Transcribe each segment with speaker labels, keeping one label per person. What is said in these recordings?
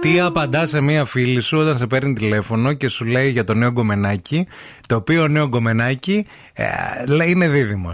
Speaker 1: Τι απαντά σε μία φίλη σου όταν σε παίρνει τηλέφωνο και σου λέει για το νέο γκομενάκι, το οποίο νέο γκομενάκι ε, λέει είναι δίδυμος.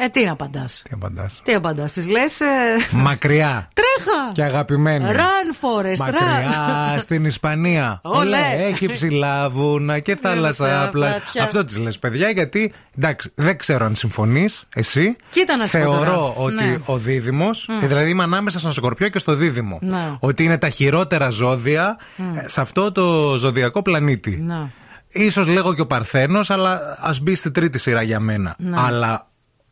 Speaker 2: Ε, τι απαντάς.
Speaker 1: Τι απαντάς.
Speaker 2: Τι απαντάς, τη λες. Ε...
Speaker 1: Μακριά.
Speaker 2: Τρέχα!
Speaker 1: Και αγαπημένη.
Speaker 2: Run, Forest,
Speaker 1: Μακριά
Speaker 2: run.
Speaker 1: στην Ισπανία.
Speaker 2: Όλε.
Speaker 1: Έχει ψηλά βούνα και θάλασσα απλά.
Speaker 2: ναι. πλατιά.
Speaker 1: Αυτό τη λες, παιδιά, γιατί εντάξει, δεν ξέρω αν συμφωνείς εσύ.
Speaker 2: Κοίτα να σου πω τώρα.
Speaker 1: Θεωρώ ότι
Speaker 2: Ναι.
Speaker 1: ο δίδυμος, δηλαδή είμαι ανάμεσα στον Σκορπιό και στο δίδυμο.
Speaker 2: Ναι.
Speaker 1: Ότι είναι τα χειρότερα ζώδια ε, σε αυτό το ζωδιακό πλανήτη.
Speaker 2: Να.
Speaker 1: Ίσως λέγω και ο Παρθένος αλλά ας μπει στη τρίτη σειρά για μένα.
Speaker 2: Ναι.
Speaker 1: Αλλά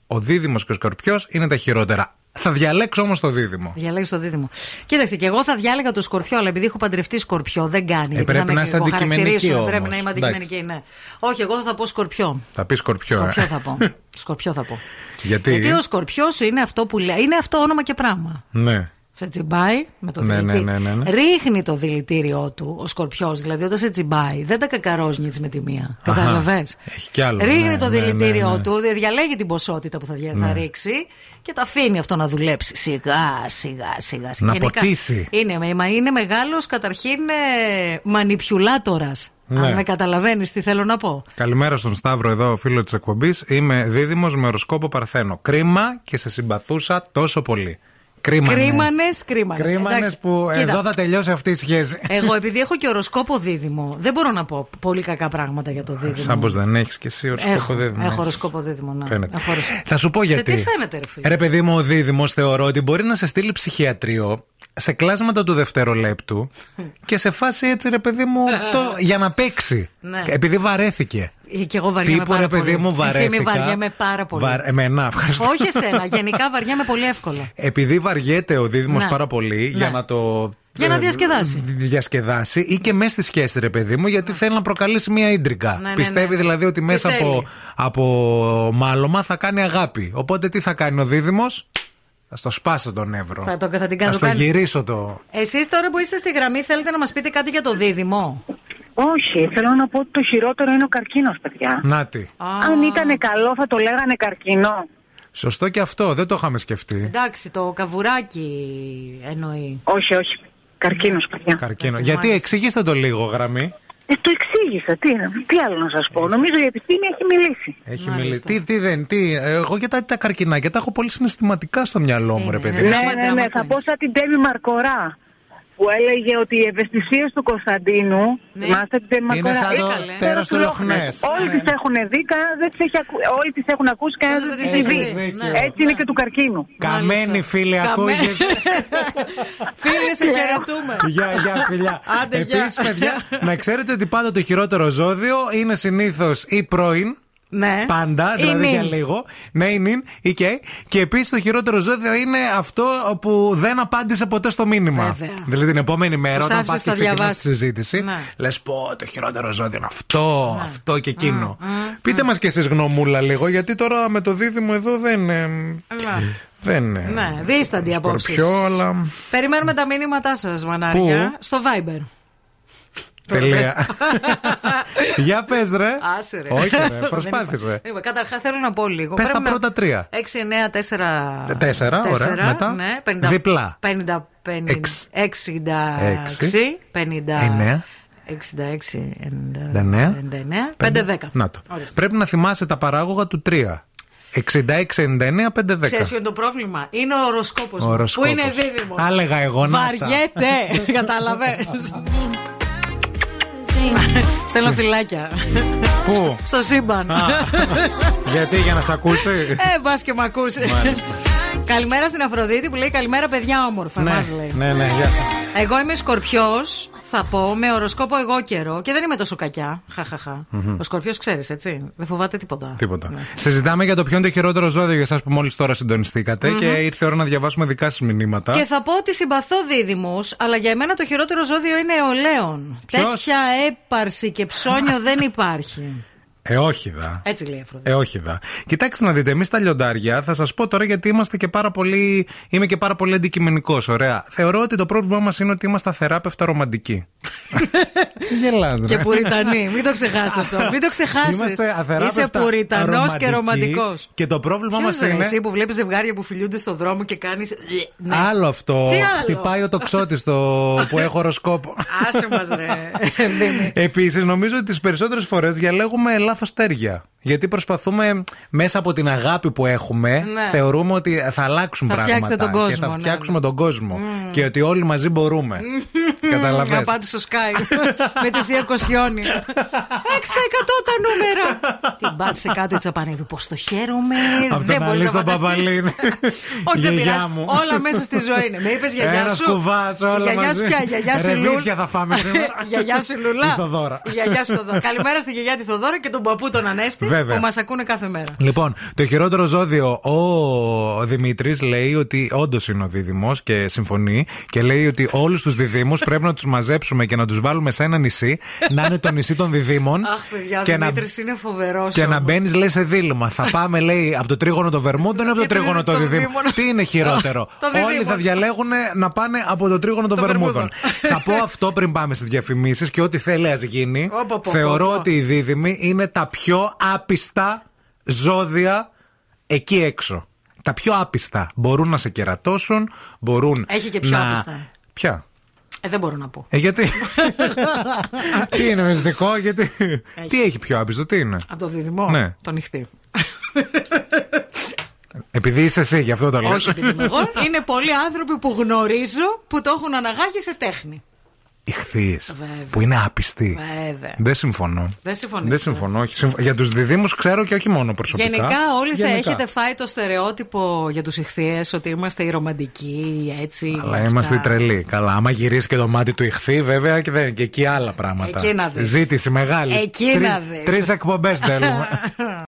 Speaker 1: ο Δίδυμος και ο Σκορπιός είναι τα χειρότερα. Θα διαλέξω όμως το Δίδυμο.
Speaker 2: Διαλέγει το δίδυμο. Κοίταξε, και εγώ θα διάλεγα το σκορπιό, αλλά επειδή έχω παντρευτεί σκορπιό, δεν κάνει. γιατί
Speaker 1: Ε, πρέπει
Speaker 2: θα με
Speaker 1: να είσαι αντικειμενική
Speaker 2: χαρακτηρίσουν,
Speaker 1: όμως.
Speaker 2: Πρέπει να είμαι
Speaker 1: Εντάξει.
Speaker 2: αντικειμενική, ναι. Όχι, εγώ θα πω σκορπιό.
Speaker 1: Θα πεις Σκορπιό,
Speaker 2: Σκορπιό
Speaker 1: ε.
Speaker 2: θα πω. Σκορπιό θα πω.
Speaker 1: Γιατί.
Speaker 2: Γιατί ο σκορπιός είναι αυτό που λέει. Είναι αυτό όνομα και πράγμα.
Speaker 1: Ναι.
Speaker 2: Σε τσιμπάει με το
Speaker 1: Ναι, ναι,
Speaker 2: δηλητήριο.
Speaker 1: ναι, ναι, ναι.
Speaker 2: Ρίχνει το δηλητήριό του ο σκορπιός. Δηλαδή, όταν σε τσιμπάει, δεν τα κακαρόζνει έτσι με τη μία. Κατάλαβες.
Speaker 1: Έχει κι άλλο,
Speaker 2: Ρίχνει
Speaker 1: ναι,
Speaker 2: το
Speaker 1: ναι, ναι,
Speaker 2: δηλητήριό
Speaker 1: ναι.
Speaker 2: του, διαλέγει την ποσότητα που θα, δια- θα ρίξει και τα αφήνει αυτό να δουλέψει σιγά, σιγά, σιγά. σιγά.
Speaker 1: Να ποτίσει.
Speaker 2: Είναι, με- μα είναι μεγάλος καταρχήν μανιπιουλάτορα.
Speaker 1: Ναι.
Speaker 2: Αν με καταλαβαίνεις τι θέλω να πω.
Speaker 1: Καλημέρα στον Σταύρο εδώ, φίλο της εκπομπής. Είμαι Δίδυμος με οροσκόπο Παρθένο. Κρίμα και σε συμπαθούσα τόσο πολύ. Κρίμανες.
Speaker 2: Κρίμανες, κρίμανες.
Speaker 1: Κρίμανες
Speaker 2: ναι. Εντάξει,
Speaker 1: που ε,
Speaker 2: κοίτα. Ε,
Speaker 1: εδώ θα τελειώσει αυτή η σχέση.
Speaker 2: Εγώ επειδή έχω και οροσκόπο δίδυμο, δεν μπορώ να πω πολύ κακά πράγματα για το δίδυμο.
Speaker 1: Ε, Σαν πως δεν έχεις και εσύ οροσκόπο
Speaker 2: Έχω,
Speaker 1: δίδυμο.
Speaker 2: έχω
Speaker 1: έχεις.
Speaker 2: οροσκόπο δίδυμο, ναι.
Speaker 1: Φαίνεται.
Speaker 2: Έχω οροσκόπο.
Speaker 1: Θα σου πω
Speaker 2: Σε
Speaker 1: γιατί.
Speaker 2: τι φαίνεται, ρε φίλε.
Speaker 1: παιδί μου, ο Δίδυμος θεωρώ ότι μπορεί να σε στείλει ψυχιατρίο σε κλάσματα του δευτερολέπτου και σε φάση έτσι, ρε παιδί μου, το, για να παίξει.
Speaker 2: Ναι.
Speaker 1: Επειδή βαρέθηκε.
Speaker 2: Ε, Και εγώ βαριέμαι
Speaker 1: Τύπου,
Speaker 2: πάρα
Speaker 1: ρε παιδί
Speaker 2: πολύ.
Speaker 1: μου,
Speaker 2: Εσύ με
Speaker 1: βαρέθηκα.
Speaker 2: βαριέμαι πάρα πολύ.
Speaker 1: Βαρ- Εμένα, ευχαριστώ.
Speaker 2: Όχι εσένα, γενικά βαριέμαι πολύ εύκολα.
Speaker 1: Επειδή βαριέται ο Δίδυμος
Speaker 2: Ναι.
Speaker 1: πάρα πολύ για
Speaker 2: Ναι.
Speaker 1: να το.
Speaker 2: Για να
Speaker 1: ε,
Speaker 2: διασκεδάσει.
Speaker 1: διασκεδάσει ή και μέσα στη σχέση, ρε παιδί μου, γιατί θέλει να προκαλέσει μία ίντρικα.
Speaker 2: Ναι, ναι,
Speaker 1: Πιστεύει
Speaker 2: ναι.
Speaker 1: δηλαδή ότι
Speaker 2: Τι
Speaker 1: μέσα από,
Speaker 2: θέλει.
Speaker 1: από μάλωμα θα κάνει αγάπη. Οπότε τι θα κάνει ο Δίδυμος Θα στο σπάσω τον Εύρο.
Speaker 2: Θα το- θα την κάνω
Speaker 1: στο
Speaker 2: πάλι.
Speaker 1: γυρίσω το.
Speaker 2: Εσείς τώρα που είστε στη γραμμή, θέλετε να μας πείτε κάτι για το δίδυμο.
Speaker 3: Όχι, θέλω να πω ότι το χειρότερο είναι ο καρκίνος, παιδιά.
Speaker 1: Νάτι.
Speaker 3: Αν ήταν καλό, θα το λέγανε καρκινό.
Speaker 1: Σωστό και αυτό, δεν το είχαμε σκεφτεί.
Speaker 2: Εντάξει, το καβουράκι εννοεί.
Speaker 3: Όχι, όχι. Καρκίνος, παιδιά.
Speaker 1: Καρκίνο.
Speaker 2: Εντάξει,
Speaker 1: Γιατί
Speaker 2: Ε, μάλιστα.
Speaker 1: εξηγήστε το λίγο, γραμμή.
Speaker 3: Ε, το εξήγησα. Τι, είναι, τι άλλο να σας πω. Νομίζω η επιστήμη έχει μιλήσει.
Speaker 1: Έχει
Speaker 2: Μάλιστα.
Speaker 1: μιλήσει. Τι, τι δεν, τι. Εγώ και τα, τα καρκινάκια τα έχω πολύ συναισθηματικά στο μυαλό μου, ρε
Speaker 2: Είναι,
Speaker 1: παιδί.
Speaker 2: είναι.
Speaker 1: μου.
Speaker 3: Ναι,
Speaker 2: Μα
Speaker 3: ναι, ναι, θα
Speaker 2: ντράμακουνς.
Speaker 3: πω σαν την Τέμι Μαρκορά που έλεγε ότι οι ευαισθησίε του Κωνσταντίνου.
Speaker 2: Ναι.
Speaker 3: Θυμάστε την Τέμι Μαρκορά.
Speaker 1: Είναι σαν
Speaker 2: Ε,
Speaker 1: το
Speaker 2: καλέ.
Speaker 1: τέρας του Λοχνές.
Speaker 3: Όλοι τις έχουν δει, κανένας δεν τις έχει ακου- όλοι τις έχουν ακούσει, κανένα δεν
Speaker 2: δεν
Speaker 3: τις
Speaker 2: τις
Speaker 3: έχει
Speaker 2: έχει
Speaker 3: δει.
Speaker 2: δει, ναι.
Speaker 3: ε, Έτσι είναι και του καρκίνου.
Speaker 1: Καμένη
Speaker 2: Μάλιστα.
Speaker 1: φίλη,
Speaker 2: Καμέ-
Speaker 1: ακούγες.
Speaker 2: Φίλε, σε χαιρετούμε.
Speaker 1: Γεια, γεια, φιλιά.
Speaker 2: Άντε, γεια.
Speaker 1: Επίσης, παιδιά, να ξέρετε ότι πάντα το χειρότερο ζώδιο είναι συνήθως ή πρώην.
Speaker 2: Ναι.
Speaker 1: Πάντα,
Speaker 2: Ή
Speaker 1: δηλαδή
Speaker 2: νυν.
Speaker 1: για λίγο. Ναι, ή νυν, ή και. Και επίσης το χειρότερο ζώδιο είναι αυτό που δεν απάντησε ποτέ στο μήνυμα.
Speaker 2: Βέβαια.
Speaker 1: Δηλαδή την επόμενη μέρα,
Speaker 2: Τους
Speaker 1: όταν πα
Speaker 2: άφησες
Speaker 1: και
Speaker 2: να
Speaker 1: ξεκινάς τη
Speaker 2: διαβάσεις.
Speaker 1: συζήτηση,
Speaker 2: Ναι.
Speaker 1: λες πω το χειρότερο ζώδιο είναι αυτό, αυτό και
Speaker 2: Mm,
Speaker 1: εκείνο. Πείτε μας και εσείς γνωμούλα λίγο, γιατί τώρα με το δίδυμο εδώ δεν. ε, Δεν. ε,
Speaker 2: Ναι, δίσταντη απόψη.
Speaker 1: Σκορπιό, αλλά.
Speaker 2: Περιμένουμε τα μήνυματά σας, μανάρια,
Speaker 1: Πού?
Speaker 2: στο Viber.
Speaker 1: Τελεία. Για πες, ρε.
Speaker 2: Άσε ρε.
Speaker 1: Όχι, ρε.
Speaker 2: Δεν
Speaker 1: Προσπάθησε.
Speaker 2: είπα. Λοιπόν, καταρχά θέλω να πω λίγο.
Speaker 1: Πες τα
Speaker 2: Πρέπει να-
Speaker 1: πρώτα τρία.
Speaker 2: 6, 9, 4.
Speaker 1: Τέσσερα, ωραία. Μετά.
Speaker 2: Ναι, 50,
Speaker 1: Διπλά.
Speaker 2: 50, 50,
Speaker 1: Εξ.
Speaker 2: 66, 50.
Speaker 1: Εννέα.
Speaker 2: 66,
Speaker 1: 99,
Speaker 2: 99, 5, 10.
Speaker 1: Να το. Πρέπει να θυμάσαι τα παράγωγα του 3. 66, 99, 5, 10.
Speaker 2: Ξέρεις ποιο είναι το πρόβλημα. Είναι ο οροσκόπος.
Speaker 1: Ο
Speaker 2: Που
Speaker 1: οροσκόπος.
Speaker 2: είναι δίδυμος.
Speaker 1: Τα έλεγα εγώ, να τα.
Speaker 2: Βαριέται. Καταλαβέ. Στέλνω φυλάκια.
Speaker 1: Πού?
Speaker 2: Στο σύμπαν.
Speaker 1: Γιατί, για να σε ακούσει.
Speaker 2: Ε, μπα και μ' ακούσει. Καλημέρα στην Αφροδίτη που λέει Καλημέρα, παιδιά όμορφα.
Speaker 1: ναι,
Speaker 2: Μας λέει.
Speaker 1: ναι, ναι, γεια σας.
Speaker 2: Εγώ είμαι σκορπιός, θα πω, με οροσκόπο εγώ καιρό και δεν είμαι τόσο κακιά. Χαχαχα. Ο σκορπιός ξέρεις, έτσι. Δεν φοβάται τίποτα.
Speaker 1: Τίποτα. Συζητάμε για το ποιο είναι το χειρότερο ζώδιο για εσά που μόλις τώρα συντονιστήκατε και ήρθε η ώρα να διαβάσουμε δικά σας μηνύματα.
Speaker 2: Και θα πω ότι συμπαθώ δίδυμους, αλλά για μένα το χειρότερο ζώδιο είναι ο Λέων.
Speaker 1: Ποιος?
Speaker 2: Τέτοια έπαρση και ψώνιο δεν υπάρχει.
Speaker 1: Ε, όχι, δα.
Speaker 2: Έτσι λέει η Αφροδίτη.
Speaker 1: Ε, όχι, δα. Κοιτάξτε να δείτε, εμείς τα λιοντάρια, θα σας πω τώρα γιατί είμαστε και πάρα πολύ. Είμαι και πάρα πολύ αντικειμενικός, ωραία. Θεωρώ ότι το πρόβλημά μας είναι ότι είμαστε αθεράπευτα ρομαντικοί. Τι γελάς, ρε.
Speaker 2: Και πουριτανή. Μην το ξεχάσεις αυτό. Μην το ξεχάσεις.
Speaker 1: Ε, Είμαστε αθεράπευτα
Speaker 2: Είσαι πουριτανός
Speaker 1: ρομαντικοί
Speaker 2: και ρομαντικός.
Speaker 1: Και το πρόβλημα μα είναι.
Speaker 2: Εσύ που βλέπεις ζευγάρια που φιλιούνται στο δρόμο και κάνεις. Ναι.
Speaker 1: Άλλο αυτό.
Speaker 2: Τι άλλο?
Speaker 1: Χτυπάει ο τοξότης το που έχω οροσκόπο.
Speaker 2: Άσε μας, ρε. Δήμη.
Speaker 1: Επίσης, νομίζω ότι τις περισσότερες φορές διαλέγουμε λάθος τέρια. Γιατί προσπαθούμε μέσα από την αγάπη που έχουμε,
Speaker 2: Ναι.
Speaker 1: θεωρούμε ότι θα αλλάξουν
Speaker 2: Θα
Speaker 1: πράγματα.
Speaker 2: φτιάξετε τον
Speaker 1: και
Speaker 2: κόσμο,
Speaker 1: θα
Speaker 2: ναι. Mm.
Speaker 1: φτιάξουμε τον κόσμο. Και ότι όλοι μαζί μπορούμε.
Speaker 2: Να
Speaker 1: Καταλαβαίνετε.
Speaker 2: πάτε στο Sky με τη Σία Κοσιόνι. 6% τα νούμερα. Την πάτησε κάτω η Τσαπανίδου. Πώς το χαίρομαι.
Speaker 1: Απ' τον
Speaker 2: δεν μπορείς
Speaker 1: Αλή
Speaker 2: να
Speaker 1: στον
Speaker 2: φανταστείς.
Speaker 1: Παπαλίνη.
Speaker 2: Όχι, δεν
Speaker 1: Γιαγιά
Speaker 2: πειράζει.
Speaker 1: μου.
Speaker 2: Όλα μέσα στη ζωή είναι. Με είπες γιαγιά
Speaker 1: Ένας
Speaker 2: σου.
Speaker 1: κουβάς, όλα
Speaker 2: γιαγιά
Speaker 1: μαζί.
Speaker 2: σου πια, γιαγιά σου
Speaker 1: Ρεβίθια
Speaker 2: Λουλ.
Speaker 1: θα φάμε σήμερα.
Speaker 2: γιαγιά σου Λουλά.
Speaker 1: Η Θοδώρα.
Speaker 2: Η γιαγιά σου Θοδώρα. Καλημέρα στη γιαγιά τη Θοδώρα και τον παππού τον Ανέστη
Speaker 1: Βέβαια.
Speaker 2: που μας ακούνε κάθε μέρα.
Speaker 1: Λοιπόν, το χειρότερο ζώδιο, ο Δημήτρης λέει ότι όντως είναι ο δίδυμος και συμφωνεί και λέει ότι όλους τους διδήμου πρέπει να τους μαζέψουμε και να τους βάλουμε σε ένα νησί, να είναι το νησί των διδήμων.
Speaker 2: Αχ, παιδιά, ο
Speaker 1: και να,
Speaker 2: Δημήτρης είναι φοβερός.
Speaker 1: και να μπαίνει, λέει, σε δίλημα. Θα πάμε, λέει, από το τρίγωνο των Βερμούντων ή από το
Speaker 2: Ή το
Speaker 1: τρίγωνο των
Speaker 2: των
Speaker 1: Διδήμων.
Speaker 2: Διδήμων.
Speaker 1: Τι είναι χειρότερο.
Speaker 2: Το Διδήμων.
Speaker 1: Όλοι θα διαλέγουν να πάνε από το τρίγωνο των
Speaker 2: Των
Speaker 1: Βερμούδων.
Speaker 2: Βερμούδων.
Speaker 1: Θα πω αυτό πριν πάμε στις διαφημίσεις και ό,τι θέλει, ας γίνει.
Speaker 2: Ωπα, πω, πω,
Speaker 1: Θεωρώ
Speaker 2: πω.
Speaker 1: ότι οι δίδυμοι είναι τα πιο άπιστα ζώδια εκεί έξω. Τα πιο άπιστα. Μπορούν να σε κερατώσουν, μπορούν.
Speaker 2: Έχει και πιο
Speaker 1: να-
Speaker 2: άπιστα.
Speaker 1: Ποια.
Speaker 2: Ε, δεν μπορώ να πω.
Speaker 1: Ε, γιατί. τι είναι μυστικό, γιατί. τι έχει πιο άπιστο, τι είναι.
Speaker 2: Από το δίδυμο,
Speaker 1: Ναι.
Speaker 2: το νυχτή.
Speaker 1: Επειδή είσαι εσύ, γι' αυτό το λέω.
Speaker 2: Όχι επειδή είμαι εγώ. Είναι πολλοί άνθρωποι που γνωρίζω που το έχουν αναγάγει σε τέχνη.
Speaker 1: Ιχθύε.
Speaker 2: Βέβαια.
Speaker 1: Που είναι άπιστοι.
Speaker 2: Βέβαια.
Speaker 1: Δεν συμφωνώ.
Speaker 2: Δεν συμφωνείς. ναι.
Speaker 1: Δεν συμφωνώ. όχι. Συμφ- Για τους διδήμου ξέρω και όχι μόνο προσωπικά.
Speaker 2: Γενικά όλοι θα
Speaker 1: Γενικά.
Speaker 2: έχετε φάει το στερεότυπο για τους ηχθείες ότι είμαστε οι ρομαντικοί, έτσι.
Speaker 1: Αλλά
Speaker 2: αυτά.
Speaker 1: είμαστε οι τρελοί. Καλά. Άμα γυρίσεις και το μάτι του ηχθή, βέβαια και, δεν, και εκεί άλλα πράγματα.
Speaker 2: Εκεί να δεις.
Speaker 1: Ζήτηση μεγάλη.
Speaker 2: Εκεί να δεις.
Speaker 1: Τρεις εκπομπές θέλουμε.